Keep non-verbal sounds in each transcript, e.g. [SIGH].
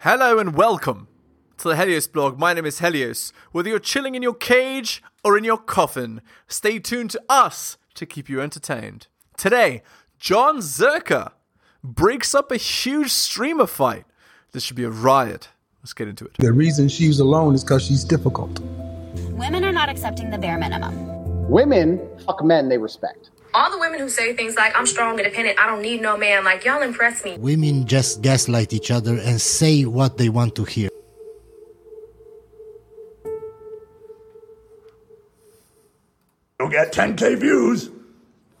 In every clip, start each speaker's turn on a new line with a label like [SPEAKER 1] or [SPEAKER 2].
[SPEAKER 1] Hello and welcome to the Helios blog. My name is Helios. Whether you're chilling in your cage or in your coffin, stay tuned to us to keep you entertained. Today, John Zerka breaks up a huge streamer fight. This should be a riot. Let's get into it.
[SPEAKER 2] The reason she's alone is because she's difficult.
[SPEAKER 3] Women are not accepting the bare minimum.
[SPEAKER 4] Women fuck men they respect.
[SPEAKER 5] All the women who say things like, I'm strong, independent, I don't need no man, like, y'all impress me.
[SPEAKER 6] Women just gaslight each other and say what they want to hear.
[SPEAKER 7] You'll get 10k views.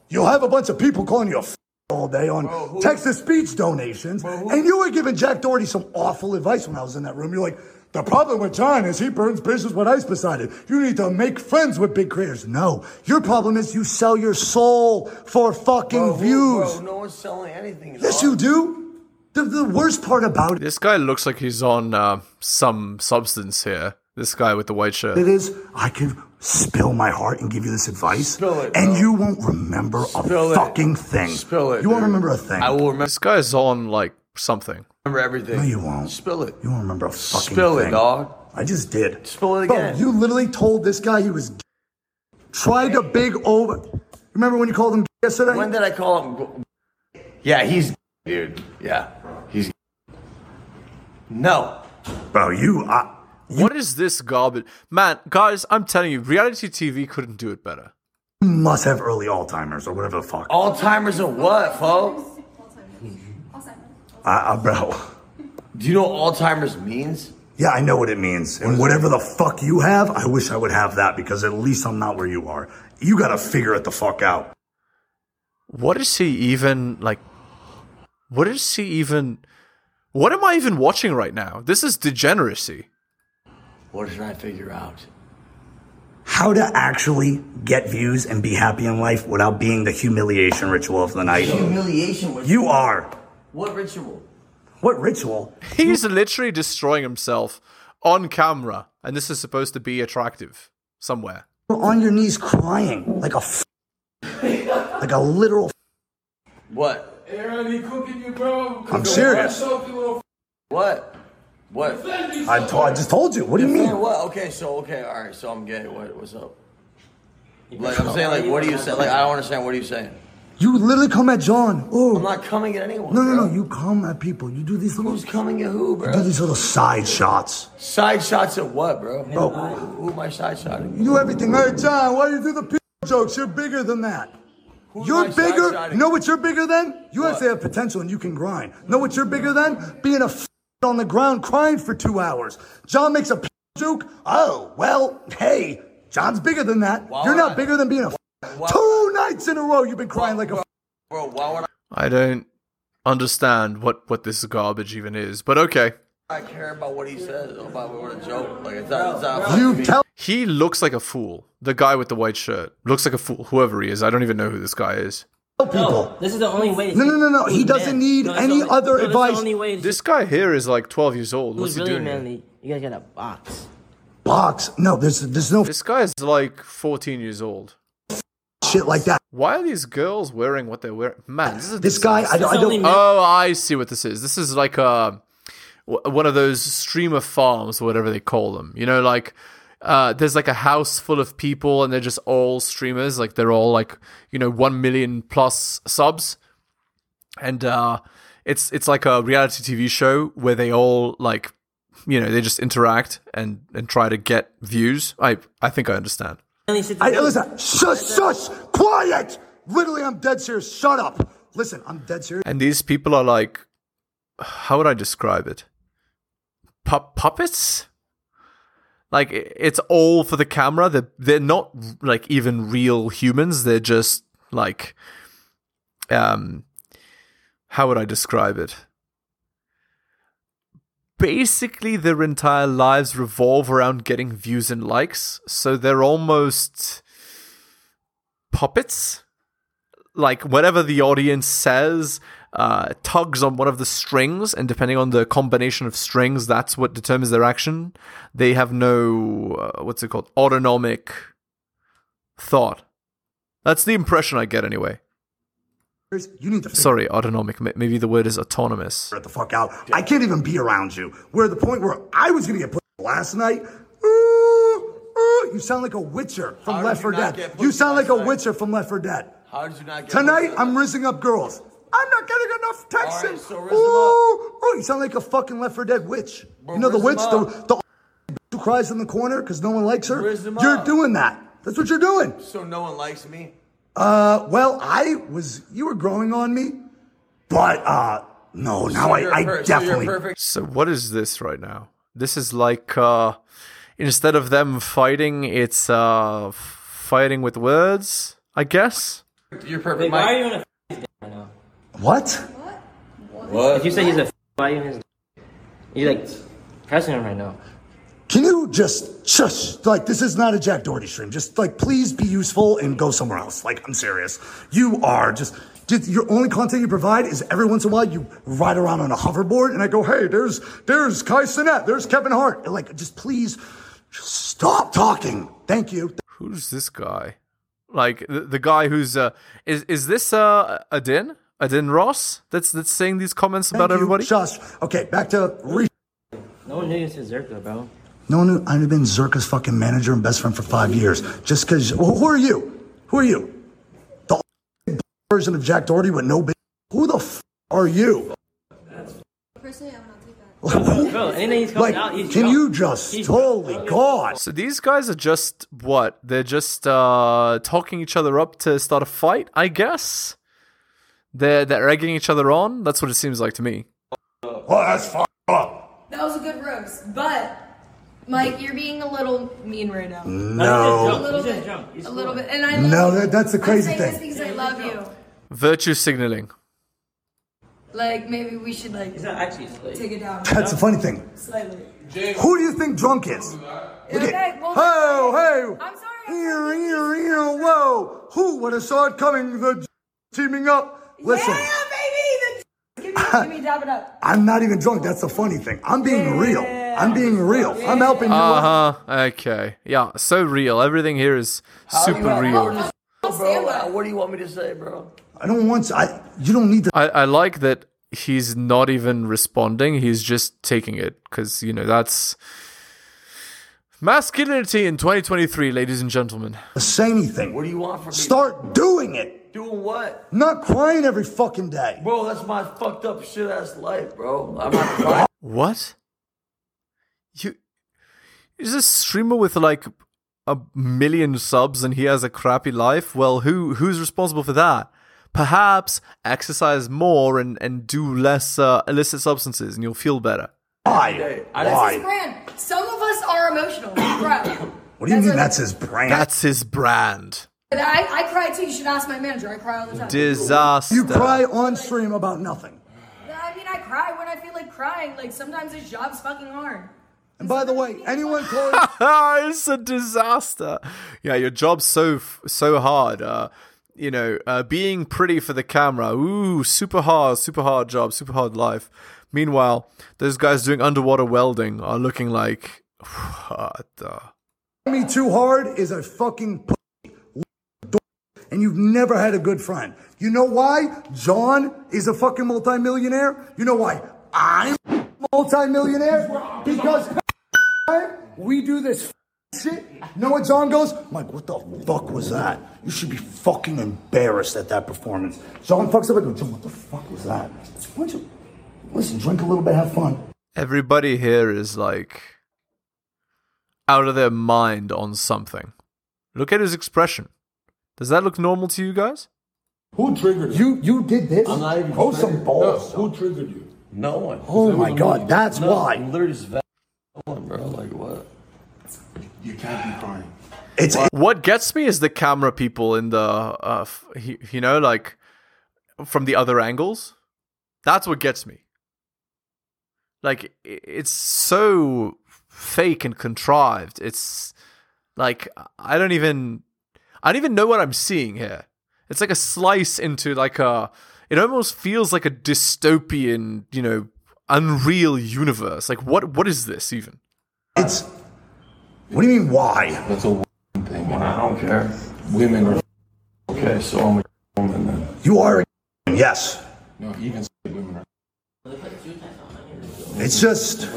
[SPEAKER 7] You'll have a bunch of people calling you a f- all day on Texas speech donations. and you were giving Jack Doherty some awful advice when I was in that room. You're like, the problem with John is he burns bridges with ice beside it. You need to make friends with big creators. No, your problem is you sell your soul for fucking views.
[SPEAKER 8] Bro, Oh, no one's selling anything. It's
[SPEAKER 7] yes,
[SPEAKER 8] all-
[SPEAKER 7] you do. The, the worst part about
[SPEAKER 1] This guy looks like he's on uh, some substance here. This guy with the white shirt.
[SPEAKER 7] it is I could spill my heart and give you this advice,
[SPEAKER 8] Spill it,
[SPEAKER 7] and
[SPEAKER 8] bro.
[SPEAKER 7] you won't remember
[SPEAKER 8] Spill
[SPEAKER 7] a
[SPEAKER 8] it.
[SPEAKER 7] fucking thing.
[SPEAKER 8] Spill it,
[SPEAKER 7] You won't
[SPEAKER 8] dude.
[SPEAKER 7] remember a thing.
[SPEAKER 8] I will remember
[SPEAKER 1] This guy's on like something.
[SPEAKER 8] everything.
[SPEAKER 7] No, you won't.
[SPEAKER 8] Spill it.
[SPEAKER 7] You won't remember a fucking
[SPEAKER 8] Spill
[SPEAKER 7] thing.
[SPEAKER 8] it, dog.
[SPEAKER 7] I just did.
[SPEAKER 8] Spill it
[SPEAKER 7] Bro,
[SPEAKER 8] again.
[SPEAKER 7] you literally told this guy he was g- tried to big over. Remember when you called him g- yesterday?
[SPEAKER 8] When did I call him? go- Yeah, he's dude. Yeah, he's no.
[SPEAKER 7] Bro, you. I,
[SPEAKER 1] What is this garbage? Man, guys, I'm telling you, reality TV couldn't do it better.
[SPEAKER 7] you must have early Alzheimer's or whatever the fuck.
[SPEAKER 8] Oh. Alzheimer's or what, folks?
[SPEAKER 7] I, I, bro.
[SPEAKER 8] Do you know what Alzheimer's means?
[SPEAKER 7] Yeah, I know what it means. And whatever the fuck you have, I wish I would have that because at least I'm not where you are. You gotta figure it the fuck out.
[SPEAKER 1] What is he even like? What is he even? What am I even watching right now? This is degeneracy. [LAUGHS]
[SPEAKER 8] What did I figure out?
[SPEAKER 7] How to actually get views and be happy in life without being the humiliation ritual of the night.
[SPEAKER 8] Humiliation was
[SPEAKER 7] You are.
[SPEAKER 8] What ritual?
[SPEAKER 7] What ritual?
[SPEAKER 1] He's literally destroying himself on camera, and this is supposed to be attractive somewhere.
[SPEAKER 7] You're on your knees crying like a f- like a literal.
[SPEAKER 8] What?
[SPEAKER 7] F- I'm serious.
[SPEAKER 8] What? What?
[SPEAKER 7] I to- I just told you. What do you
[SPEAKER 8] Man,
[SPEAKER 7] mean?
[SPEAKER 8] what? Okay, so okay, all right. So I'm gay. What? What's up? Like I'm saying, like what are you saying? Like I don't understand. What are you saying?
[SPEAKER 7] You literally come at John.
[SPEAKER 8] I'm
[SPEAKER 7] Oh
[SPEAKER 8] not coming at anyone.
[SPEAKER 7] no no
[SPEAKER 8] bro.
[SPEAKER 7] no! You come at people. You do these little
[SPEAKER 8] Who's coming at who, bro?
[SPEAKER 7] do these little side shots.
[SPEAKER 8] Side shots at what, bro?
[SPEAKER 7] Bro.
[SPEAKER 8] Who, who am I side shotting?
[SPEAKER 7] You do everything. All right, John. Why do you do the p- jokes? You're bigger than that.
[SPEAKER 8] Who
[SPEAKER 7] You're
[SPEAKER 8] am I side
[SPEAKER 7] bigger.
[SPEAKER 8] shotting?
[SPEAKER 7] You know what you're bigger than? You
[SPEAKER 8] What?
[SPEAKER 7] actually have potential and you can grind. Know what you're bigger than? Being a f- on the ground crying for two hours. John makes a p- joke. Oh, well, hey, John's bigger than that.
[SPEAKER 8] Why
[SPEAKER 7] you're
[SPEAKER 8] would
[SPEAKER 7] not
[SPEAKER 8] I-
[SPEAKER 7] bigger than being a f-
[SPEAKER 8] why-
[SPEAKER 7] Two nights in a row you've been crying like a f-
[SPEAKER 8] Bro, why would
[SPEAKER 1] I don't understand what what this garbage even is, but okay.
[SPEAKER 8] I care about what he says? About what a joke. Like it's not. It's not
[SPEAKER 7] You tell
[SPEAKER 1] He looks like a fool. The guy with the white shirt looks like a fool. Whoever he is, I don't even know who this guy is.
[SPEAKER 7] people.
[SPEAKER 9] This is the only way. to
[SPEAKER 7] No, no,
[SPEAKER 9] see
[SPEAKER 7] no, no. He
[SPEAKER 9] who's man.
[SPEAKER 7] doesn't need
[SPEAKER 9] that's
[SPEAKER 7] any
[SPEAKER 9] the only-
[SPEAKER 7] other
[SPEAKER 9] that's
[SPEAKER 7] advice.
[SPEAKER 9] The only way to
[SPEAKER 1] This guy here is like 12 years old.
[SPEAKER 9] see
[SPEAKER 1] What's
[SPEAKER 9] who's
[SPEAKER 1] he
[SPEAKER 9] really
[SPEAKER 1] doing? here?
[SPEAKER 9] manly. You guys got a box.
[SPEAKER 7] Box. No, there's there's no
[SPEAKER 1] This guy's like 14 years old.
[SPEAKER 7] shit like that.
[SPEAKER 1] Why are these girls wearing what they're wearing? Man, this is a
[SPEAKER 7] This guy, I, don't- I
[SPEAKER 9] It's only
[SPEAKER 7] don't.
[SPEAKER 9] men.
[SPEAKER 1] Oh, I see what this is. This is like a w- one of those streamer farms, or whatever they call them. You know, like uh, there's like a house full of people, and they're just all streamers. Like they're all like you know one million plus subs, and uh, it's it's like a reality TV show where they all like you know they just interact and and try to get views. I I think I understand.
[SPEAKER 9] Only sit
[SPEAKER 7] I,
[SPEAKER 9] down.
[SPEAKER 7] listen, shush, shush, quiet. Literally, I'm dead serious. Shut up. Listen, I'm dead serious.
[SPEAKER 1] And these people are like, how would I describe it? Pu- puppets? Like i- it's all for the camera. They're they're not like even real humans. They're just like, um, how would I describe it? Basically, their entire lives revolve around getting views and likes. So they're almost puppets like whatever the audience says uh, tugs on one of the strings and depending on the combination of strings that's what determines their action they have no uh, what's it called autonomic thought that's the impression i get anyway
[SPEAKER 7] You need to figure
[SPEAKER 1] Sorry, autonomic. M- Maybe the word is autonomous.
[SPEAKER 7] it the fuck out. I can't even be around you. We're at the point where I was gonna get put last night. Ooh, ooh, you sound like a Witcher from
[SPEAKER 8] How did
[SPEAKER 7] Left
[SPEAKER 8] you
[SPEAKER 7] 4
[SPEAKER 8] not
[SPEAKER 7] Dead.
[SPEAKER 8] get
[SPEAKER 7] You
[SPEAKER 8] pushed
[SPEAKER 7] sound like
[SPEAKER 8] last
[SPEAKER 7] a
[SPEAKER 8] night?
[SPEAKER 7] Witcher from Left 4 Dead.
[SPEAKER 8] How did you not get
[SPEAKER 7] Tonight
[SPEAKER 8] pushed?
[SPEAKER 7] I'm rinsing up girls. I'm not getting enough texting.
[SPEAKER 8] All right, so rinse 'em up.
[SPEAKER 7] ooh, ooh, you sound like a fucking Left 4 Dead witch. you know the witch,
[SPEAKER 8] rinse 'em
[SPEAKER 7] the, the who cries in the corner because no one likes her.
[SPEAKER 8] Rinse 'em
[SPEAKER 7] You're
[SPEAKER 8] up.
[SPEAKER 7] doing that. That's what you're doing.
[SPEAKER 8] So no one likes me.
[SPEAKER 7] Uh, well, I was you were growing on me, but uh, no, now
[SPEAKER 8] You're
[SPEAKER 7] I, I
[SPEAKER 8] per- so
[SPEAKER 7] definitely.
[SPEAKER 8] you're perfect
[SPEAKER 1] So what is this right now? This is like uh instead of them fighting, it's uh fighting with words, I guess.
[SPEAKER 8] you're perfect
[SPEAKER 10] Why are
[SPEAKER 8] Mike.
[SPEAKER 10] you gonna?
[SPEAKER 7] what?
[SPEAKER 10] If you say he's a, f- why are you gonna? You're like pressing him right now.
[SPEAKER 7] Can you just shush? Like this is not a Jack Doherty stream. Just like please be useful and go somewhere else. Like I'm serious. You are just. Just, your only content you provide is every once in a while you ride around on a hoverboard and I go, hey, there's there's Kai Sinet, there's Kevin Hart. And, like, just please just stop talking. Thank you.
[SPEAKER 1] Who's this guy? Like the, the guy who's uh is is this uh Adin? Adin Ross? That's that's saying these comments
[SPEAKER 7] Thank
[SPEAKER 1] about everybody?
[SPEAKER 7] You. Shush. Okay, back to re-
[SPEAKER 10] No one knew you said Zerka, bro.
[SPEAKER 7] No one, I've been Zerka's fucking manager and best friend for five years. Just because, who are you? Who are you? The [LAUGHS] version of Jack Doherty with no big. Who the f are you? [LAUGHS]
[SPEAKER 10] Bro, anything he's coming
[SPEAKER 7] Like,
[SPEAKER 10] out, he's
[SPEAKER 7] can
[SPEAKER 10] drunk.
[SPEAKER 7] you just, holy God.
[SPEAKER 1] So these guys are just what? They're just uh talking each other up to start a fight, I guess. They're they're egging each other on. That's what it seems like to me.
[SPEAKER 7] Well, Oh, that's fucked up.
[SPEAKER 11] That was a good roast, but Mike, you're being a little mean right now.
[SPEAKER 7] No.
[SPEAKER 11] A little bit,
[SPEAKER 10] drunk. He's
[SPEAKER 11] a little bit, and I love
[SPEAKER 7] No,
[SPEAKER 11] you.
[SPEAKER 7] that, that's the crazy
[SPEAKER 11] I'm saying this
[SPEAKER 7] thing.
[SPEAKER 11] because I love you.
[SPEAKER 1] Virtue signaling.
[SPEAKER 11] Like maybe we should like
[SPEAKER 10] He's not actually. Like,
[SPEAKER 11] take it down
[SPEAKER 7] That's the funny thing.
[SPEAKER 11] slightly.
[SPEAKER 7] Who do you think drunk is?
[SPEAKER 11] Okay, well,
[SPEAKER 7] Oh, hey!
[SPEAKER 11] I'm sorry.
[SPEAKER 7] Here, here, here, whoa! Who would have saw it coming? The j- teaming up. Listen,
[SPEAKER 11] Yeah, baby. The, give me, give me, dab it up.
[SPEAKER 7] I'm not even drunk. That's the funny thing. I'm being real. I'm being real. I'm helping you.
[SPEAKER 8] Uh-huh.
[SPEAKER 7] out.
[SPEAKER 1] Uh huh. Okay. Yeah. So real. Everything here is super real.
[SPEAKER 8] bro. Like, What do you want me to say, bro?
[SPEAKER 7] I don't want. To, I. You don't need to.
[SPEAKER 1] I, I like that he's not even responding. He's just taking it because you know that's masculinity in 2023, ladies and gentlemen.
[SPEAKER 7] say anything.
[SPEAKER 8] What do you want from me?
[SPEAKER 7] Start doing it.
[SPEAKER 8] doing what?
[SPEAKER 7] Not crying every fucking day.
[SPEAKER 8] Bro, that's my fucked up shit ass life, bro. I'm not crying.
[SPEAKER 1] What? You is a streamer with like a million subs and he has a crappy life? Well, who who's responsible for that? Perhaps exercise more and and do less uh, illicit substances, and you'll feel better.
[SPEAKER 7] Why?
[SPEAKER 8] I didn't-
[SPEAKER 7] Why?
[SPEAKER 11] Brand, some of us are emotional.
[SPEAKER 10] [COUGHS]
[SPEAKER 11] Bro.
[SPEAKER 7] What do you mean?
[SPEAKER 11] what-
[SPEAKER 7] That's his brand.
[SPEAKER 1] That's his brand.
[SPEAKER 11] But I, I cry too. You should ask my manager. I cry all the time.
[SPEAKER 1] Disaster.
[SPEAKER 7] you cry on stream about nothing.
[SPEAKER 11] I mean, I cry when I feel like crying. Like sometimes this job's fucking hard.
[SPEAKER 7] And by the way, anyone calling
[SPEAKER 1] [LAUGHS] it's a disaster. Yeah, your job's so f- so hard. Uh, you know, uh, being pretty for the camera. Ooh, super hard, super hard job, super hard life. Meanwhile, those guys doing underwater welding are looking like [SIGHS] uh, what the.
[SPEAKER 7] me too hard is a fucking pussy. And you've never had a good friend. You know why? John is a fucking multimillionaire. You know why? I'm a multimillionaire because we do this shit. You know what John goes? Mike, what the fuck was that? You should be fucking embarrassed at that performance. John fucks up. I go, John, what the fuck was that? Why don't you- Listen, drink a little bit, have fun.
[SPEAKER 1] Everybody here is like out of their mind on something. Look at his expression. Does that look normal to you guys?
[SPEAKER 7] Who triggered you? You did this?
[SPEAKER 8] I'm not even
[SPEAKER 7] Grow some
[SPEAKER 8] triggered.
[SPEAKER 7] balls.
[SPEAKER 10] Who triggered you?
[SPEAKER 8] No one.
[SPEAKER 7] Oh my god, that's
[SPEAKER 8] I'm
[SPEAKER 7] why.
[SPEAKER 8] literally just va- no one, bro. Like what? You can't be crying.
[SPEAKER 7] It's
[SPEAKER 1] what gets me is the camera people in the uh, f- y- you know like from the other angles that's what gets me like i- it's so fake and contrived it's like i don't even i don't even know what i'm seeing here it's like a slice into like a it almost feels like a dystopian you know unreal universe like what what is this even
[SPEAKER 7] it's What do you mean why?
[SPEAKER 8] That's a woman thing. Man. I don't care. Women are okay, so I'm a woman then.
[SPEAKER 7] You are a women, yes.
[SPEAKER 12] No, you can say women.
[SPEAKER 7] It's just.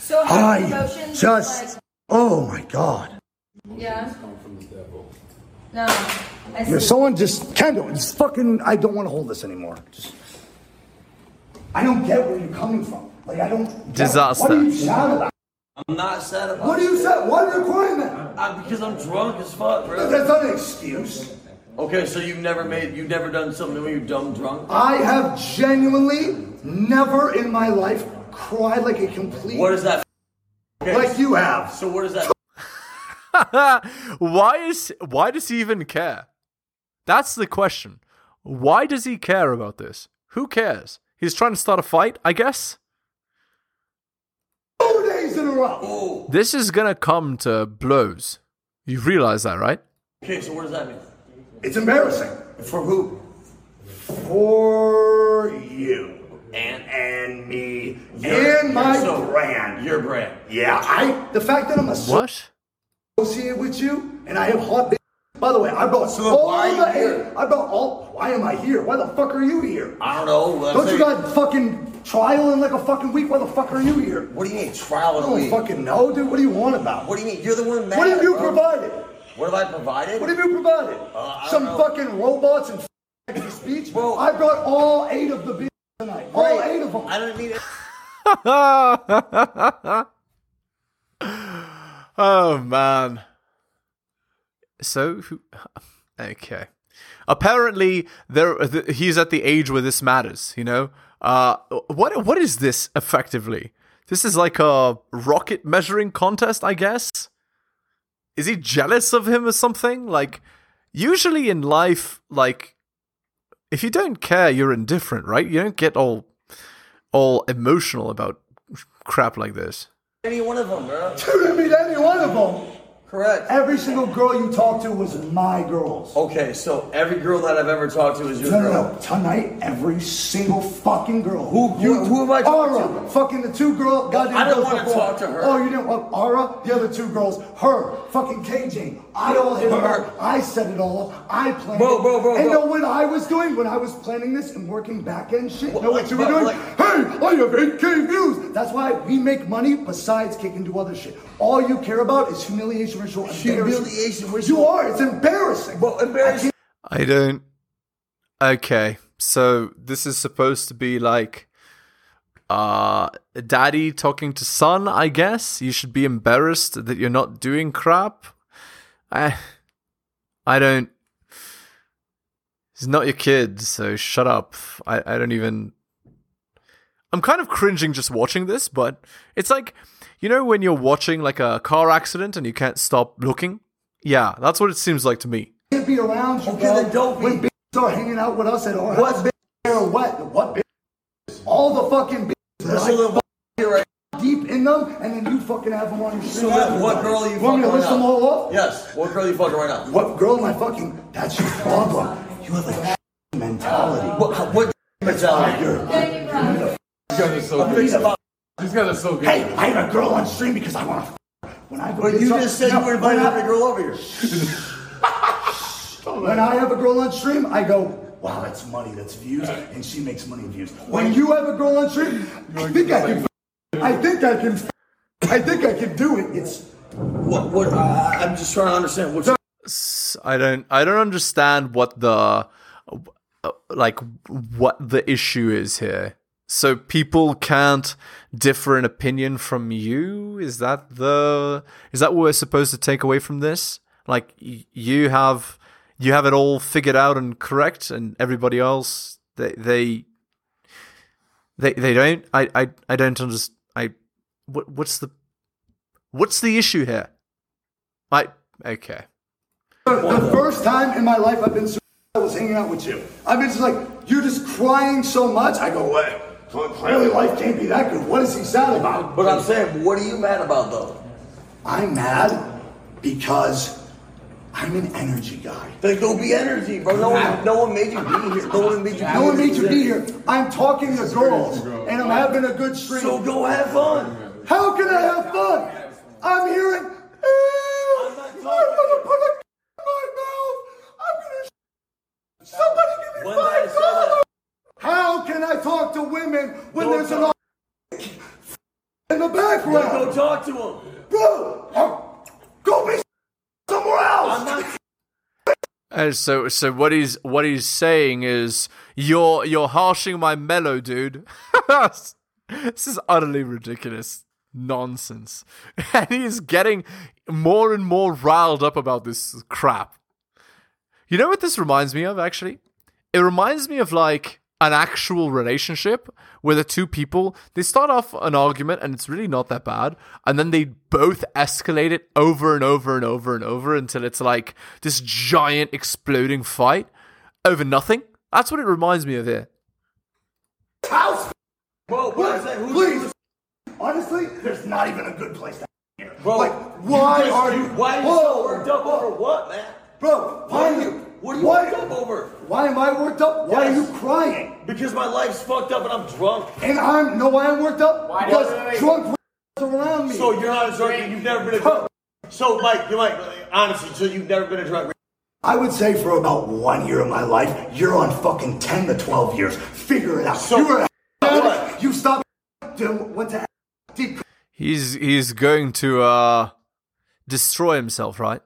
[SPEAKER 11] So how do
[SPEAKER 7] I
[SPEAKER 11] emotions
[SPEAKER 7] just.
[SPEAKER 11] like-
[SPEAKER 7] Oh my God.
[SPEAKER 11] yeah. No. I
[SPEAKER 7] You're
[SPEAKER 11] see.
[SPEAKER 7] someone just. Kendall, it's fucking. I don't want to hold this anymore. Just, I don't get where you're coming from. Like, I don't.
[SPEAKER 1] Disaster.
[SPEAKER 7] What are you sad about?
[SPEAKER 8] I'm not sad about
[SPEAKER 7] What are you
[SPEAKER 8] it.
[SPEAKER 7] sad? Why are you crying then?
[SPEAKER 8] I, because I'm drunk as fuck, bro.
[SPEAKER 7] That's not an excuse.
[SPEAKER 8] Okay, so you've never made, you've never done something when you're dumb drunk.
[SPEAKER 7] I have genuinely never in my life cried like a complete.
[SPEAKER 8] What is that?
[SPEAKER 7] Like you have.
[SPEAKER 8] So what is that?
[SPEAKER 1] [LAUGHS] why is why does he even care? That's the question. Why does he care about this? Who cares? He's trying to start a fight, I guess.
[SPEAKER 7] Two days in a row.
[SPEAKER 1] This is gonna come to blows. You realize that, right?
[SPEAKER 8] Okay, so what does that mean?
[SPEAKER 7] It's embarrassing.
[SPEAKER 8] For who?
[SPEAKER 7] For you.
[SPEAKER 8] And
[SPEAKER 7] and me
[SPEAKER 8] You're-
[SPEAKER 7] and my
[SPEAKER 8] you're so-
[SPEAKER 7] brand.
[SPEAKER 8] Your brand.
[SPEAKER 7] Yeah, I. The fact that I'm
[SPEAKER 1] What?
[SPEAKER 7] associated with you and I have hot. By the way, I brought
[SPEAKER 8] So
[SPEAKER 7] all
[SPEAKER 8] why are you
[SPEAKER 7] the.
[SPEAKER 8] here?
[SPEAKER 7] I brought all. Why am I here? Why the fuck are you here?
[SPEAKER 8] I don't know. let's
[SPEAKER 7] Don't
[SPEAKER 8] say-
[SPEAKER 7] you got fucking trial in like a fucking week? Why the fuck are you here?
[SPEAKER 8] What do you mean trial in
[SPEAKER 7] I
[SPEAKER 8] a
[SPEAKER 7] don't
[SPEAKER 8] week?
[SPEAKER 7] fucking know, dude. What do you want about?
[SPEAKER 8] What do you mean? You're the one mad.
[SPEAKER 7] What have you
[SPEAKER 8] bro.
[SPEAKER 7] provided?
[SPEAKER 8] What have I provided?
[SPEAKER 7] What have you provided?
[SPEAKER 8] I don't
[SPEAKER 7] Some
[SPEAKER 8] know.
[SPEAKER 7] fucking robots and [LAUGHS] extra speech? I brought all eight of the bitches tonight. All eight of them.
[SPEAKER 8] I don't need it.
[SPEAKER 1] [LAUGHS] oh man. So who? [LAUGHS] Okay. Apparently, there th- he's at the age where this matters. You know. Uh, what what is this effectively? This is like a rocket measuring contest, I guess. Is he jealous of him or something? Like, usually in life, like if you don't care, you're indifferent, right? You don't get all all emotional about crap like this.
[SPEAKER 8] Any one of them, bro.
[SPEAKER 7] [LAUGHS] You didn't meet any one of them.
[SPEAKER 8] Correct.
[SPEAKER 7] Every single girl you talked to was my girls.
[SPEAKER 8] Okay, so every girl that I've ever talked to is your
[SPEAKER 7] No, no,
[SPEAKER 8] girl.
[SPEAKER 7] no. Tonight, every single fucking girl.
[SPEAKER 8] Who- who- who have I talked
[SPEAKER 7] Aura, fucking the two girl. Goddamn
[SPEAKER 8] I didn't
[SPEAKER 7] girls
[SPEAKER 8] wanna
[SPEAKER 7] before.
[SPEAKER 8] talk to her.
[SPEAKER 7] Oh, you didn't want Aura? The other two girls. Her. Fucking KJ. I all hit her.
[SPEAKER 8] Her.
[SPEAKER 7] up. I set it all up. I planned
[SPEAKER 8] Bro,
[SPEAKER 7] it.
[SPEAKER 8] bro, bro,
[SPEAKER 7] And
[SPEAKER 8] bro.
[SPEAKER 7] know what I was doing when I was planning this and working back end shit?
[SPEAKER 8] What-
[SPEAKER 7] know what
[SPEAKER 8] like,
[SPEAKER 7] you were
[SPEAKER 8] bro,
[SPEAKER 7] doing?
[SPEAKER 8] like-
[SPEAKER 7] hey, I have 8K views. That's why we make money besides kicking to other shit. All you care about is humiliation ritual. embarrassment.
[SPEAKER 8] Humiliation
[SPEAKER 7] You
[SPEAKER 8] ritual.
[SPEAKER 7] are. It's embarrassing.
[SPEAKER 8] Bro, embarrassing.
[SPEAKER 1] I don't. Okay, so this is supposed to be like, uh, daddy talking to son. I guess you should be embarrassed that you're not doing crap. I, I don't. He's not your kid, so shut up. I, I don't even. I'm kind of cringing just watching this, but it's like, you know, when you're watching like a car accident and you can't stop looking. Yeah, that's what it seems like to me.
[SPEAKER 7] can't be around you,
[SPEAKER 8] Okay,
[SPEAKER 7] bro.
[SPEAKER 8] then don't be.
[SPEAKER 7] When bitches are hanging out with us at our
[SPEAKER 8] What
[SPEAKER 7] house, they're wet. What bitches? All the fucking bitches that
[SPEAKER 8] So then
[SPEAKER 7] I
[SPEAKER 8] what you're right.
[SPEAKER 7] fuck deep in them, and then you fucking have them on your shit.
[SPEAKER 8] So then what girl are you fucking
[SPEAKER 7] Want me to
[SPEAKER 8] right
[SPEAKER 7] list them
[SPEAKER 8] now?
[SPEAKER 7] all off?
[SPEAKER 8] Yes. What girl are you fucking right now?
[SPEAKER 7] What girl am I fucking? That's your problem. You have a mentality.
[SPEAKER 8] What? What? mentality?
[SPEAKER 11] Thank you, Rob.
[SPEAKER 12] These guys are so good.
[SPEAKER 7] Hey, I have a girl on stream because I want to. When I
[SPEAKER 8] But you just said you were inviting every girl over here.
[SPEAKER 7] When I have a girl on stream, I go, wow, that's money, that's views, and she makes money and views. When you have a girl on stream, I think I can, I think I can, I think I can do it. It's
[SPEAKER 8] What? What? Uh, I'm just trying to understand. What's
[SPEAKER 1] I don't I don't understand what the like what the issue is here. So people can't differ in opinion from you? Is that the is that what we're supposed to take away from this? Like y- you have you have it all figured out and correct and everybody else they they they, they don't I, I I don't understand I what what's the what's the issue here? I okay.
[SPEAKER 7] the first time in my life I've been so I was hanging out with you. I've been just like, you're just crying so much. I go, what? Clearly life can't be that good. What is he sad about?
[SPEAKER 8] But I'm saying, what are you mad about though?
[SPEAKER 7] I'm mad because I'm an energy guy.
[SPEAKER 8] Then go be energy, bro. No one, no one made you be here. No one made you.
[SPEAKER 7] No one
[SPEAKER 8] be
[SPEAKER 7] made
[SPEAKER 8] here.
[SPEAKER 7] you be here. I'm talking to girls, and I'm having a good stream.
[SPEAKER 8] So go have fun.
[SPEAKER 7] How can I have fun? I'm hearing. "Ew,
[SPEAKER 8] I'm not talking
[SPEAKER 7] I'm gonna put a in my mouth. I'm gonna. Somebody give me
[SPEAKER 8] When I
[SPEAKER 7] five
[SPEAKER 8] said that,
[SPEAKER 7] [LAUGHS] in the background.
[SPEAKER 12] Go talk to him.
[SPEAKER 7] Bro, I'm- go be somewhere else.
[SPEAKER 1] And Uh, so, so what he's what he's saying is, you're you're harshing my mellow, dude. [LAUGHS] this is utterly ridiculous nonsense, [LAUGHS] and he's getting more and more riled up about this crap. You know what this reminds me of? Actually, it reminds me of like an actual relationship where the two people they start off an argument and it's really not that bad and then they both escalate it over and over and over and over until it's like this giant exploding fight over nothing that's what it reminds me of here
[SPEAKER 7] House. Bro, what is that? Please. Honestly, there's not even a good place to here. Bro, like, why
[SPEAKER 12] just-
[SPEAKER 7] are you?
[SPEAKER 12] you- why are you
[SPEAKER 7] Whoa,
[SPEAKER 12] so worked up over what, man?
[SPEAKER 7] Bro, why are you?
[SPEAKER 12] What are you
[SPEAKER 7] why,
[SPEAKER 12] worked up over?
[SPEAKER 7] Why am I worked up? Why are
[SPEAKER 12] Yes.
[SPEAKER 7] you crying?
[SPEAKER 12] Because my life's fucked up and I'm drunk.
[SPEAKER 7] And I'm know why I'm worked up
[SPEAKER 12] Why-
[SPEAKER 7] because
[SPEAKER 12] Wait, wait, wait.
[SPEAKER 7] drunk around me.
[SPEAKER 12] So you're not a drunk. You've never been a drunk. So Mike, you're like honestly, so you've never been a drunk.
[SPEAKER 7] I would say for about one year of my life, you're on fucking 10 to 12 years. Figure it out. you were [LAUGHS] a You stopped. Went to deep.
[SPEAKER 1] he's he's going to uh destroy himself right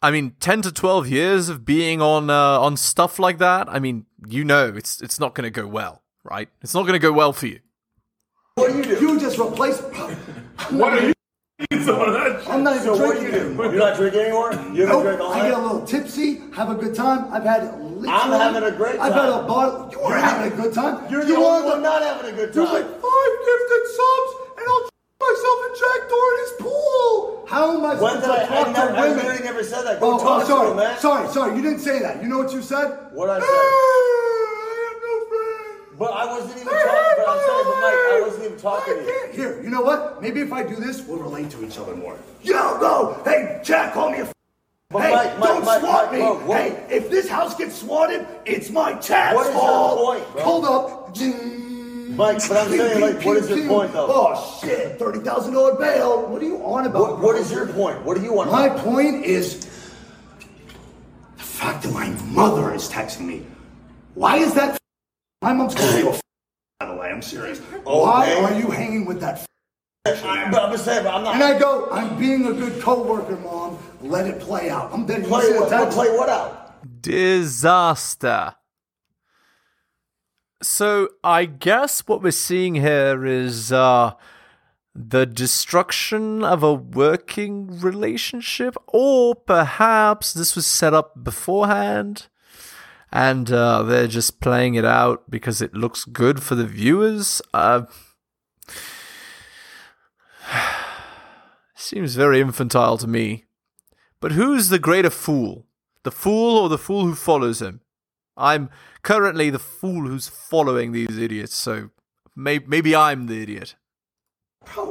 [SPEAKER 1] i mean 10 to 12 years of being on uh, on stuff like that i mean you know it's it's not going to go well right it's not going to go well for you
[SPEAKER 7] What do you do? You just replaced. what are you? I'm not even
[SPEAKER 12] So what do
[SPEAKER 7] drinking
[SPEAKER 12] you do?
[SPEAKER 7] anymore.
[SPEAKER 12] You're not drinking anymore. You haven't
[SPEAKER 7] Nope.
[SPEAKER 12] drank all
[SPEAKER 7] I get a
[SPEAKER 12] night.
[SPEAKER 7] little tipsy, have a good time. I've had. Literally,
[SPEAKER 12] having a great
[SPEAKER 7] I've had
[SPEAKER 12] time.
[SPEAKER 7] a bottle. You were having a good time.
[SPEAKER 12] You're
[SPEAKER 7] you
[SPEAKER 12] the only
[SPEAKER 7] are
[SPEAKER 12] one not having a good
[SPEAKER 7] There's
[SPEAKER 12] time.
[SPEAKER 7] like five gifted subs, and I'll myself in Jack Doherty's pool. How am I
[SPEAKER 12] When
[SPEAKER 7] supposed
[SPEAKER 12] did I-
[SPEAKER 7] to
[SPEAKER 12] I
[SPEAKER 7] talk
[SPEAKER 12] never-
[SPEAKER 7] to
[SPEAKER 12] I
[SPEAKER 7] women?
[SPEAKER 12] literally never said that. Go
[SPEAKER 7] oh,
[SPEAKER 12] talk
[SPEAKER 7] oh,
[SPEAKER 12] to
[SPEAKER 7] sorry,
[SPEAKER 12] him, man.
[SPEAKER 7] sorry, sorry. You didn't say that. You know what you said?
[SPEAKER 12] What I
[SPEAKER 7] Hey,
[SPEAKER 12] said.
[SPEAKER 7] I have no friends.
[SPEAKER 12] But I wasn't even
[SPEAKER 7] I
[SPEAKER 12] talking.
[SPEAKER 7] had
[SPEAKER 12] But I'm
[SPEAKER 7] no
[SPEAKER 12] saying, but Mike, I
[SPEAKER 7] life.
[SPEAKER 12] wasn't even talking to you.
[SPEAKER 7] Here, Here, you know what? Maybe if I do this, we'll relate to each other more. Yo, go! Hey, Jack, call me a. F-
[SPEAKER 12] But
[SPEAKER 7] hey,
[SPEAKER 12] Mike, Mike,
[SPEAKER 7] don't
[SPEAKER 12] Mike,
[SPEAKER 7] swat
[SPEAKER 12] Mike,
[SPEAKER 7] me!
[SPEAKER 12] Mike, what-
[SPEAKER 7] hey, if this house gets swatted, it's my cat's
[SPEAKER 12] What is your
[SPEAKER 7] fault.
[SPEAKER 12] point, bro?
[SPEAKER 7] Hold up. Ding.
[SPEAKER 12] Mike, but I'm saying, like, what is your point, though?
[SPEAKER 7] Oh shit! Thirty thousand dollar bail. What are you on about?
[SPEAKER 12] What, what is your point? What do you want?
[SPEAKER 7] My point is the fact that my mother is texting me. Why is that? My mom's calling you a. By the way, I'm serious. Why
[SPEAKER 12] man.
[SPEAKER 7] are you hanging with that?
[SPEAKER 12] I, but I'm just saying, but I'm not.
[SPEAKER 7] And I go, I'm being a good coworker, mom. Let it play out. I'm dead.
[SPEAKER 12] play what? Play what out?
[SPEAKER 1] disaster. So I guess what we're seeing here is uh, the destruction of a working relationship, or perhaps this was set up beforehand, and uh, they're just playing it out because it looks good for the viewers. Uh, [SIGHS] seems very infantile to me. But who's the greater fool? The fool or the fool who follows him? I'm currently the fool who's following these idiots, so may- maybe I'm the idiot.
[SPEAKER 12] Play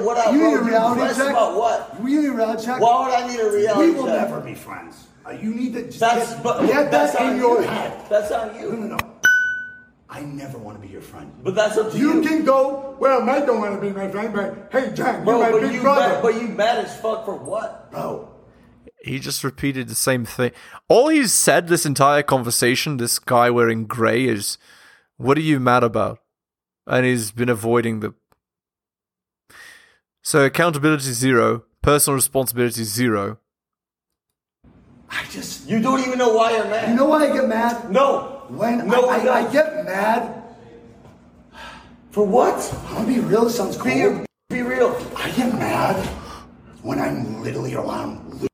[SPEAKER 12] what out,
[SPEAKER 7] You
[SPEAKER 12] bro?
[SPEAKER 7] need a reality
[SPEAKER 12] depressed
[SPEAKER 7] check.
[SPEAKER 12] about what?
[SPEAKER 7] You need a reality check.
[SPEAKER 12] Why would I need a reality
[SPEAKER 7] we will
[SPEAKER 12] check?
[SPEAKER 7] never be friends. Uh, you need to just
[SPEAKER 12] That's
[SPEAKER 7] get,
[SPEAKER 12] but
[SPEAKER 7] get
[SPEAKER 12] that's
[SPEAKER 7] that
[SPEAKER 12] on
[SPEAKER 7] in
[SPEAKER 12] you.
[SPEAKER 7] your head.
[SPEAKER 12] That's on
[SPEAKER 7] No,
[SPEAKER 12] you.
[SPEAKER 7] no, no. I never want to be your friend.
[SPEAKER 12] But that's up to you.
[SPEAKER 7] You can go. Well, Mike don't want to be my friend, but hey, Jack,
[SPEAKER 12] bro,
[SPEAKER 7] you're my
[SPEAKER 12] but
[SPEAKER 7] big
[SPEAKER 12] you
[SPEAKER 7] brother.
[SPEAKER 12] mad, but you mad as fuck for what?
[SPEAKER 7] Bro,
[SPEAKER 1] He just repeated the same thing. All he's said this entire conversation, this guy wearing grey, is, What are you mad about? And he's been avoiding the. So accountability zero, personal responsibility zero.
[SPEAKER 7] I just.
[SPEAKER 12] You don't even know why you're mad.
[SPEAKER 7] You know why I get mad?
[SPEAKER 12] no.
[SPEAKER 7] When
[SPEAKER 12] no,
[SPEAKER 7] I,
[SPEAKER 12] no.
[SPEAKER 7] I, I get mad,
[SPEAKER 12] for what?
[SPEAKER 7] I'm gonna be real. It sounds cool.
[SPEAKER 12] Be, your, be real.
[SPEAKER 7] I get mad when I'm literally around Lou.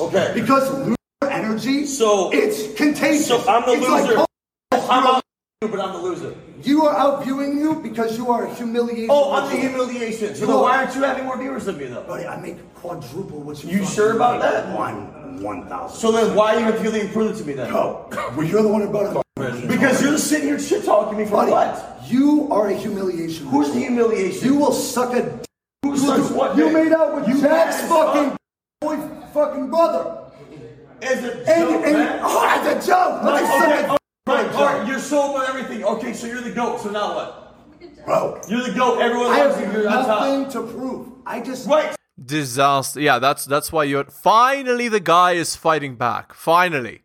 [SPEAKER 12] Okay.
[SPEAKER 7] Because loser energy,
[SPEAKER 12] So-
[SPEAKER 7] it's contagious.
[SPEAKER 12] So I'm the
[SPEAKER 7] It's like,
[SPEAKER 12] loser.
[SPEAKER 7] oh,
[SPEAKER 12] I'm a you, but I'm the loser.
[SPEAKER 7] you are outviewing you because you are humiliating.
[SPEAKER 12] Oh, I'm the humiliation. So
[SPEAKER 7] You
[SPEAKER 12] then
[SPEAKER 7] are-
[SPEAKER 12] why aren't you having more viewers than me though?
[SPEAKER 7] Buddy, I make quadruple what you.
[SPEAKER 12] You
[SPEAKER 7] fucking
[SPEAKER 12] sure about
[SPEAKER 7] make.
[SPEAKER 12] that?
[SPEAKER 7] One, one thousand.
[SPEAKER 12] So then why are you feeling prudent to me then?
[SPEAKER 7] Oh, well, you're the one who brought up.
[SPEAKER 12] Because you're just sitting here shit talking me for
[SPEAKER 7] Buddy,
[SPEAKER 12] what?
[SPEAKER 7] you are a humiliation.
[SPEAKER 12] Who's the humiliation?
[SPEAKER 7] You will suck a. d-
[SPEAKER 12] Who
[SPEAKER 7] You will
[SPEAKER 12] sucks
[SPEAKER 7] do-
[SPEAKER 12] what
[SPEAKER 7] You
[SPEAKER 12] dick?
[SPEAKER 7] made out with
[SPEAKER 12] You
[SPEAKER 7] Jack's
[SPEAKER 12] mad as
[SPEAKER 7] fucking
[SPEAKER 12] fuck.
[SPEAKER 7] boy, fucking brother.
[SPEAKER 12] As a joke,
[SPEAKER 7] And, and
[SPEAKER 12] man.
[SPEAKER 7] oh, that's a joke. Like,
[SPEAKER 12] Mike,
[SPEAKER 7] I suck
[SPEAKER 12] okay,
[SPEAKER 7] a
[SPEAKER 12] okay, Mike,
[SPEAKER 7] dick.
[SPEAKER 12] all right, you're sober and everything. Okay, so you're the goat. So now what?
[SPEAKER 7] Bro,
[SPEAKER 12] You're the goat. Everyone
[SPEAKER 7] I
[SPEAKER 12] loves
[SPEAKER 7] have
[SPEAKER 12] you. You're on top.
[SPEAKER 7] nothing to prove. I just
[SPEAKER 12] Right.
[SPEAKER 1] Disaster. Yeah, that's that's why you're finally the guy is fighting back. Finally.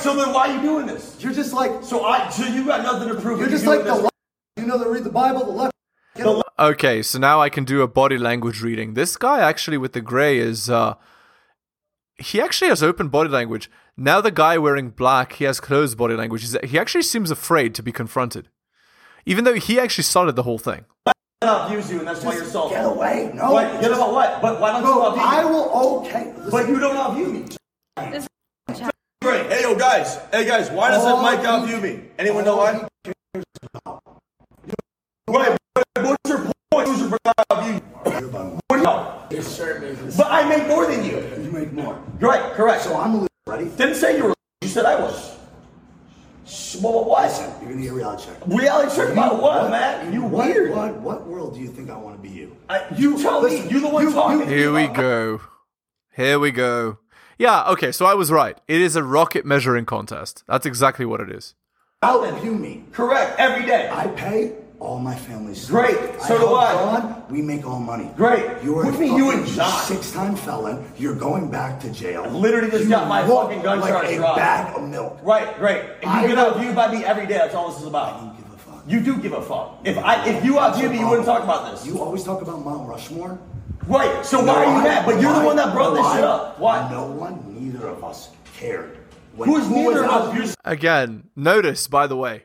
[SPEAKER 12] So then why are you doing this?
[SPEAKER 7] You're just like
[SPEAKER 12] So I. So you got nothing to prove.
[SPEAKER 7] you're
[SPEAKER 12] if
[SPEAKER 7] just like
[SPEAKER 12] doing
[SPEAKER 7] the
[SPEAKER 12] this.
[SPEAKER 7] left. You know, they read the Bible. The left.
[SPEAKER 12] The
[SPEAKER 1] okay, so now I can do a body language reading. This guy actually with the gray is uh he actually has open body language. Now the guy wearing black, he has closed body language. He's, he actually seems afraid to be confronted. Even though he actually started the whole thing.
[SPEAKER 12] I'll abuse you, and that's why you're salty.
[SPEAKER 7] Get away. No.
[SPEAKER 12] What? Get about what? But why don't
[SPEAKER 7] Bro,
[SPEAKER 12] you abuse me?
[SPEAKER 7] I will okay.
[SPEAKER 12] But you don't abuse me.
[SPEAKER 11] This
[SPEAKER 12] Great. Hey, yo, guys. Hey, guys. Why doesn't Mike outdo me? Anyone know why? Wait, but what's your point? Who's your outdo you? What do you know? But I make more than you.
[SPEAKER 7] You make more.
[SPEAKER 12] You're right. Correct. So
[SPEAKER 7] I'm a loser, buddy.
[SPEAKER 12] Didn't say you were. You said I was. Sh- Well, what was?
[SPEAKER 7] You're gonna get a reality check.
[SPEAKER 12] Reality check about what, man? You
[SPEAKER 7] what,
[SPEAKER 12] weird.
[SPEAKER 7] What, what world do you think I want to be you?
[SPEAKER 12] I, you tell me. You the one talking.
[SPEAKER 1] Here we go. Here we go. Yeah, okay, so I was right. It is a rocket measuring contest. That's exactly what it is.
[SPEAKER 7] Out you me.
[SPEAKER 12] Correct. Every day.
[SPEAKER 7] I pay all my family's.
[SPEAKER 12] Great.
[SPEAKER 7] I
[SPEAKER 12] So do
[SPEAKER 7] help
[SPEAKER 12] I.
[SPEAKER 7] God, we make all money.
[SPEAKER 12] Great.
[SPEAKER 7] You are
[SPEAKER 12] What
[SPEAKER 7] a
[SPEAKER 12] do you mean you
[SPEAKER 7] fucking
[SPEAKER 12] and John?
[SPEAKER 7] six-time felon. You're going back to jail.
[SPEAKER 12] literally just
[SPEAKER 7] You
[SPEAKER 12] got my
[SPEAKER 7] look
[SPEAKER 12] fucking gun
[SPEAKER 7] like
[SPEAKER 12] charge
[SPEAKER 7] a
[SPEAKER 12] dropped.
[SPEAKER 7] bag of milk.
[SPEAKER 12] Right, great. If
[SPEAKER 7] I
[SPEAKER 12] you get
[SPEAKER 7] know-
[SPEAKER 12] outviewed by me every day, that's all this is about.
[SPEAKER 7] I don't give a fuck.
[SPEAKER 12] You do give a fuck. If I if you outviewed me, you wouldn't talk about this.
[SPEAKER 7] You always talk about Mount Rushmore.
[SPEAKER 12] Right. So why are you mad? But you're the one that brought this shit up. Why?
[SPEAKER 7] No one, neither of us cared. When
[SPEAKER 12] Who's
[SPEAKER 7] who was
[SPEAKER 12] neither
[SPEAKER 7] out-
[SPEAKER 12] of you?
[SPEAKER 1] Again, notice, by the way,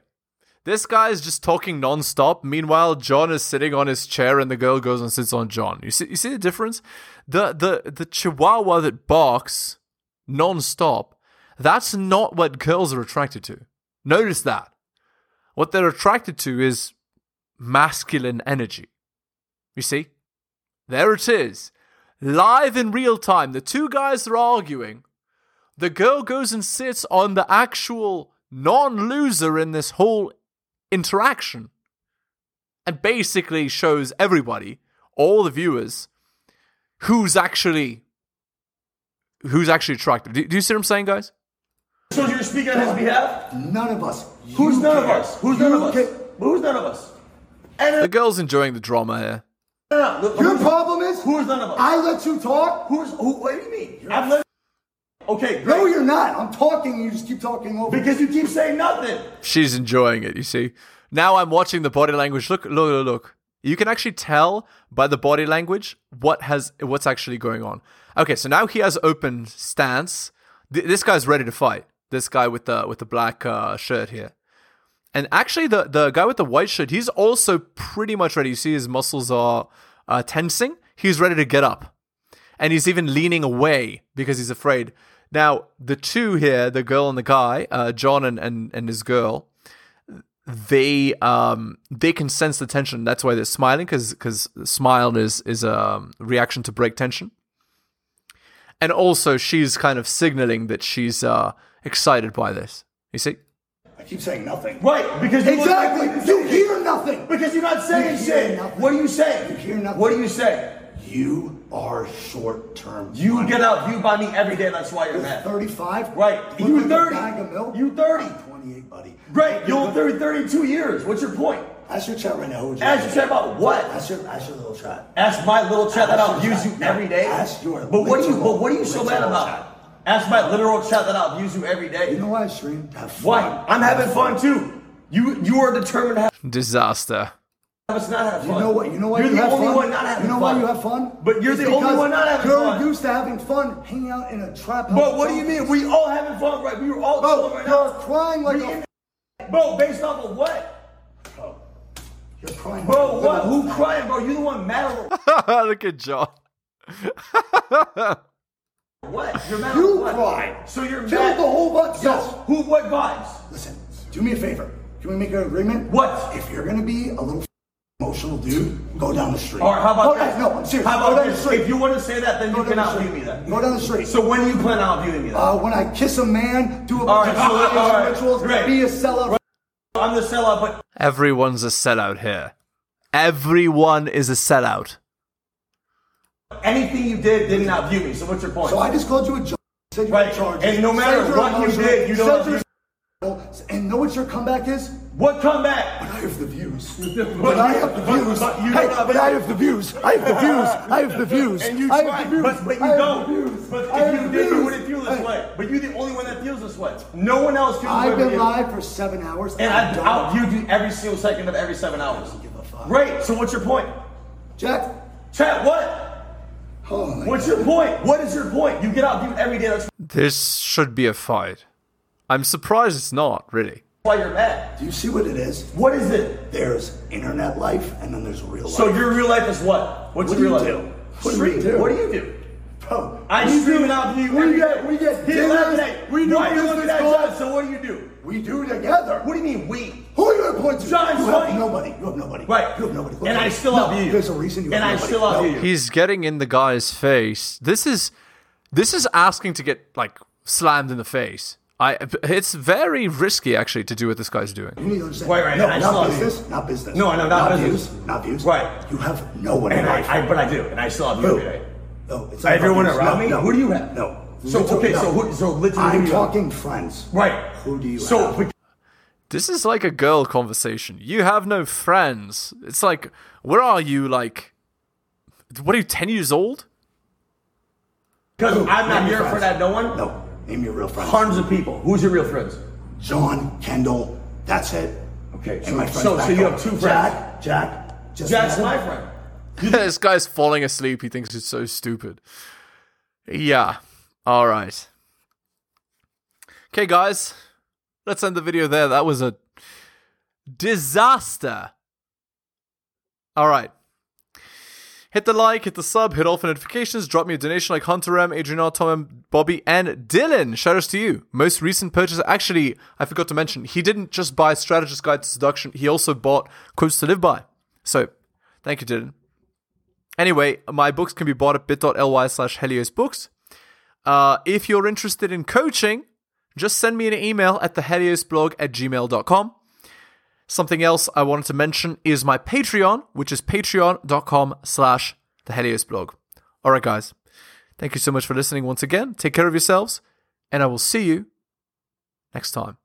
[SPEAKER 1] this guy is just talking nonstop. Meanwhile, John is sitting on his chair, and the girl goes and sits on John. You see, you see the difference? The the the Chihuahua that barks nonstop. That's not what girls are attracted to. Notice that. What they're attracted to is masculine energy. You see? There it is. Live in real time. The two guys are arguing. The girl goes and sits on the actual non loser in this whole interaction and basically shows everybody, all the viewers, who's actually. Who's actually attractive? Do, do you see what I'm saying, guys?
[SPEAKER 12] So you're speaking on his behalf?
[SPEAKER 7] None of us. You
[SPEAKER 12] Who's none of
[SPEAKER 7] cared.
[SPEAKER 12] us? Who's none
[SPEAKER 7] You
[SPEAKER 12] of us?
[SPEAKER 7] ca-
[SPEAKER 12] Who's none of us?
[SPEAKER 1] The girl's enjoying the drama here.
[SPEAKER 12] No, no, no.
[SPEAKER 7] Your
[SPEAKER 12] Who's-
[SPEAKER 7] problem is
[SPEAKER 12] who's none of us?
[SPEAKER 7] I let you talk.
[SPEAKER 12] Who's who? What do you mean? I'm li- okay,
[SPEAKER 7] No,
[SPEAKER 12] great.
[SPEAKER 7] you're not. I'm talking. You just keep talking over. me.
[SPEAKER 12] Because you keep saying nothing.
[SPEAKER 1] She's enjoying it, you see. Now I'm watching the body language. Look, look, look, look. You can actually tell by the body language what has what's actually going on. Okay, so now he has open stance. Th- this guy's ready to fight. This guy with the with the black uh, shirt here. And actually, the the guy with the white shirt, he's also pretty much ready. You see, his muscles are uh, tensing. He's ready to get up, and he's even leaning away because he's afraid. Now, the two here, the girl and the guy, uh, John and, and and his girl, they um they can sense the tension. That's why they're smiling because because smile is is a um, reaction to break tension. And also, she's kind of signaling that she's uh, excited by this. You see.
[SPEAKER 7] I keep saying nothing.
[SPEAKER 12] Right, because you look like
[SPEAKER 7] Exactly.
[SPEAKER 12] what
[SPEAKER 7] You hear nothing.
[SPEAKER 12] Because you're not saying
[SPEAKER 7] You hear
[SPEAKER 12] shit.
[SPEAKER 7] nothing.
[SPEAKER 12] What do you say?
[SPEAKER 7] You hear nothing.
[SPEAKER 12] What do you say?
[SPEAKER 7] You are short-term.
[SPEAKER 12] You
[SPEAKER 7] money.
[SPEAKER 12] get out viewed by me every day. That's why you're
[SPEAKER 7] You're
[SPEAKER 12] mad.
[SPEAKER 7] 35.
[SPEAKER 12] Right.
[SPEAKER 7] Look
[SPEAKER 12] You
[SPEAKER 7] like a
[SPEAKER 12] 30.
[SPEAKER 7] bag of milk.
[SPEAKER 12] You 30.
[SPEAKER 7] I'm 28, buddy.
[SPEAKER 12] Great. You'll thirty thirty-two years. What's your point?
[SPEAKER 7] Ask your chat right now. Who would you
[SPEAKER 12] Ask
[SPEAKER 7] like?
[SPEAKER 12] your chat about what?
[SPEAKER 7] Ask your, ask your little chat.
[SPEAKER 12] Ask my little chat that
[SPEAKER 7] Ask
[SPEAKER 12] I'll
[SPEAKER 7] your
[SPEAKER 12] abuse you
[SPEAKER 7] chat.
[SPEAKER 12] every day.
[SPEAKER 7] Ask your
[SPEAKER 12] But what do you?
[SPEAKER 7] literal-
[SPEAKER 12] But what are you so mad
[SPEAKER 7] literal
[SPEAKER 12] about?
[SPEAKER 7] chat.
[SPEAKER 12] Ask my literal chat that I'll abuse you every
[SPEAKER 7] You
[SPEAKER 12] day.
[SPEAKER 7] know why I stream? To Have fun.
[SPEAKER 12] Why? I'm having fun too. You you are determined to have
[SPEAKER 1] Disaster. [LAUGHS]
[SPEAKER 12] us not have
[SPEAKER 7] You
[SPEAKER 12] fun.
[SPEAKER 7] know what? You know why
[SPEAKER 12] You're
[SPEAKER 7] you
[SPEAKER 12] the
[SPEAKER 7] have
[SPEAKER 12] only
[SPEAKER 7] fun.
[SPEAKER 12] one not having
[SPEAKER 7] you know
[SPEAKER 12] fun.
[SPEAKER 7] why you have fun?
[SPEAKER 12] But you're
[SPEAKER 7] It's
[SPEAKER 12] the only
[SPEAKER 7] because
[SPEAKER 12] one not having
[SPEAKER 7] you're
[SPEAKER 12] fun.
[SPEAKER 7] used to having fun, hanging out in a trap. house.
[SPEAKER 12] Bro, what do you mean? We all having fun, right? We were all
[SPEAKER 7] Bro,
[SPEAKER 12] chilling right
[SPEAKER 7] you're
[SPEAKER 12] now.
[SPEAKER 7] crying like
[SPEAKER 12] We
[SPEAKER 7] a.
[SPEAKER 12] in- Bro, based off of what?
[SPEAKER 7] You're crying. like
[SPEAKER 12] Bro,
[SPEAKER 7] a
[SPEAKER 12] what?
[SPEAKER 7] little-
[SPEAKER 12] Who crying, bro? You the [LAUGHS] one mad over
[SPEAKER 1] Look at John. [LAUGHS]
[SPEAKER 12] what? You're mad
[SPEAKER 7] You
[SPEAKER 12] over what?
[SPEAKER 7] cry.
[SPEAKER 12] So you're
[SPEAKER 7] Kill
[SPEAKER 12] mad.
[SPEAKER 7] the whole bunch.
[SPEAKER 12] Yes.
[SPEAKER 7] No.
[SPEAKER 12] Who? What vibes?
[SPEAKER 7] Listen, do me a favor. Can we make an agreement?
[SPEAKER 12] What?
[SPEAKER 7] If you're gonna be a little emotional dude, go down the street.
[SPEAKER 12] Or how about
[SPEAKER 7] Go down-
[SPEAKER 12] this?
[SPEAKER 7] No, I'm serious.
[SPEAKER 12] How
[SPEAKER 7] go
[SPEAKER 12] about
[SPEAKER 7] down
[SPEAKER 12] this?
[SPEAKER 7] the street.
[SPEAKER 12] If you want to say that, then
[SPEAKER 7] go
[SPEAKER 12] you
[SPEAKER 7] down
[SPEAKER 12] cannot
[SPEAKER 7] the
[SPEAKER 12] view
[SPEAKER 7] street.
[SPEAKER 12] me then.
[SPEAKER 7] Go down the street.
[SPEAKER 12] So when do you plan on viewing me then?
[SPEAKER 7] Uh, when I kiss a man, do a
[SPEAKER 12] All
[SPEAKER 7] bunch
[SPEAKER 12] right,
[SPEAKER 7] of
[SPEAKER 12] so-
[SPEAKER 7] holidays
[SPEAKER 12] all
[SPEAKER 7] and
[SPEAKER 12] right,
[SPEAKER 7] rituals,
[SPEAKER 12] great.
[SPEAKER 7] be a sellout.
[SPEAKER 12] I'm the sellout, but
[SPEAKER 1] Everyone's a sellout here. Everyone is a sellout.
[SPEAKER 12] anything you did did not view me. So what's your point?
[SPEAKER 7] So I just called you a joke. Said you
[SPEAKER 12] Right.
[SPEAKER 7] were charged.
[SPEAKER 12] And no matter
[SPEAKER 7] said you're
[SPEAKER 12] what you
[SPEAKER 7] emotional,
[SPEAKER 12] did, you
[SPEAKER 7] said
[SPEAKER 12] don't
[SPEAKER 7] you're emotional, [LAUGHS] And know what your comeback is?
[SPEAKER 12] what comeback?
[SPEAKER 7] I have the views.
[SPEAKER 12] [LAUGHS] But
[SPEAKER 7] But I have the
[SPEAKER 12] but-
[SPEAKER 7] views.
[SPEAKER 12] but you
[SPEAKER 7] Hey,
[SPEAKER 12] don't have
[SPEAKER 7] but I have the views. I have the views. I have the views.
[SPEAKER 12] And you
[SPEAKER 7] I
[SPEAKER 12] try,
[SPEAKER 7] have the views.
[SPEAKER 12] but, but you
[SPEAKER 7] I have
[SPEAKER 12] don't.
[SPEAKER 7] the views.
[SPEAKER 12] But
[SPEAKER 7] I have
[SPEAKER 12] if you
[SPEAKER 7] the
[SPEAKER 12] did, you
[SPEAKER 7] views.
[SPEAKER 12] wouldn't feel
[SPEAKER 7] Hey,
[SPEAKER 12] this way. But you're the only one that feels this way. No one else feels this way.
[SPEAKER 7] I've
[SPEAKER 12] but
[SPEAKER 7] been
[SPEAKER 12] you.
[SPEAKER 7] live for seven hours.
[SPEAKER 12] And
[SPEAKER 7] I
[SPEAKER 12] I've
[SPEAKER 7] don't
[SPEAKER 12] outviewed you every single second of every seven hours.
[SPEAKER 7] give a fuck.
[SPEAKER 12] Right. So what's your point? Jack. Chat. What? what's your point? What is your point? You get out dude every day. That's
[SPEAKER 1] This should be a fight. I'm surprised it's not, really.
[SPEAKER 12] why you're mad.
[SPEAKER 7] Do you see what it is?
[SPEAKER 12] What is it?
[SPEAKER 7] There's internet life, and then there's real life.
[SPEAKER 12] So your real life is what? What's
[SPEAKER 7] What
[SPEAKER 12] your real
[SPEAKER 7] do you
[SPEAKER 12] life?
[SPEAKER 7] do? What do
[SPEAKER 12] Stream.
[SPEAKER 7] you do?
[SPEAKER 12] What do you do?
[SPEAKER 7] Bro,
[SPEAKER 12] I'm
[SPEAKER 7] we
[SPEAKER 12] streaming
[SPEAKER 7] do-
[SPEAKER 12] out to you.
[SPEAKER 7] We
[SPEAKER 12] every
[SPEAKER 7] get,
[SPEAKER 12] day.
[SPEAKER 7] we get
[SPEAKER 12] He laughed
[SPEAKER 7] business.
[SPEAKER 12] today.
[SPEAKER 7] We do
[SPEAKER 12] Why are you looking
[SPEAKER 7] business
[SPEAKER 12] at
[SPEAKER 7] calls.
[SPEAKER 12] John? So what do you do?
[SPEAKER 7] We do together.
[SPEAKER 12] What do you mean we?
[SPEAKER 7] Who are you going to point to?
[SPEAKER 12] John's
[SPEAKER 7] you have
[SPEAKER 12] funny.
[SPEAKER 7] nobody. You have nobody.
[SPEAKER 12] Right.
[SPEAKER 7] You have nobody.
[SPEAKER 12] And I still
[SPEAKER 7] no,
[SPEAKER 12] outdo you.
[SPEAKER 7] There's a reason you
[SPEAKER 12] And I
[SPEAKER 7] have nobody.
[SPEAKER 12] still outdo
[SPEAKER 7] No.
[SPEAKER 12] you.
[SPEAKER 1] He's getting in the guy's face. This is this is asking to get like slammed in the face. I it's very risky actually to do what this guy's doing.
[SPEAKER 7] You need to understand.
[SPEAKER 12] Right, right,
[SPEAKER 7] No,
[SPEAKER 12] and I still
[SPEAKER 7] not
[SPEAKER 12] outdo you.
[SPEAKER 7] business. Not business.
[SPEAKER 12] No, I know, not business.
[SPEAKER 7] views. Not views.
[SPEAKER 12] Right.
[SPEAKER 7] You have no one in
[SPEAKER 12] And
[SPEAKER 7] life.
[SPEAKER 12] I, I, but I do, and I still have you
[SPEAKER 7] Who?
[SPEAKER 12] every day.
[SPEAKER 7] No, it's
[SPEAKER 12] Everyone
[SPEAKER 7] about views.
[SPEAKER 12] around
[SPEAKER 7] No,
[SPEAKER 12] me?
[SPEAKER 7] No.
[SPEAKER 12] Who do you have?
[SPEAKER 7] No.
[SPEAKER 12] So,
[SPEAKER 7] Literally,
[SPEAKER 12] okay, so
[SPEAKER 7] no.
[SPEAKER 12] who- so literally who
[SPEAKER 7] I'm
[SPEAKER 12] do you have?
[SPEAKER 7] talking friends.
[SPEAKER 12] Right.
[SPEAKER 7] Who do you
[SPEAKER 12] So
[SPEAKER 7] have?
[SPEAKER 12] but
[SPEAKER 1] This is like a girl conversation. You have no friends. It's like, where are you? Like, what are you, 10 years old?
[SPEAKER 12] because
[SPEAKER 7] Who?
[SPEAKER 12] I'm not
[SPEAKER 7] Name
[SPEAKER 12] here
[SPEAKER 7] your
[SPEAKER 12] for
[SPEAKER 7] friends.
[SPEAKER 12] that, no one.
[SPEAKER 7] No. Name your real friends.
[SPEAKER 12] Hundreds of people. Who's your real friends?
[SPEAKER 7] John, Kendall. That's it.
[SPEAKER 12] Okay.
[SPEAKER 7] And my friends
[SPEAKER 12] so,
[SPEAKER 7] back
[SPEAKER 12] so you
[SPEAKER 7] home.
[SPEAKER 12] have two friends.
[SPEAKER 7] Jack. Jack. Just
[SPEAKER 12] Jack's
[SPEAKER 7] met him.
[SPEAKER 12] my
[SPEAKER 1] [LAUGHS]
[SPEAKER 12] friend.
[SPEAKER 1] this guy's falling asleep. He thinks it's so stupid. Yeah. All right. Okay, guys. Let's end the video there. That was a disaster. All right. Hit the like, hit the sub, hit all for notifications, drop me a donation like Hunter M, Adrian R, Tom M, Bobby, and Dylan. Shoutouts to you. Most recent purchase, actually, I forgot to mention, he didn't just buy Strategist Guide to Seduction, he also bought Quotes to Live By. So, thank you, Dylan. Anyway, my books can be bought at bit.ly slash heliosbooks. Uh, if you're interested in coaching, just send me an email at theheliosblog at gmail.com. Something else I wanted to mention is my Patreon, which is patreon.com slash theheliosblog. All right, guys. Thank you so much for listening once again. Take care of yourselves, and I will see you next time.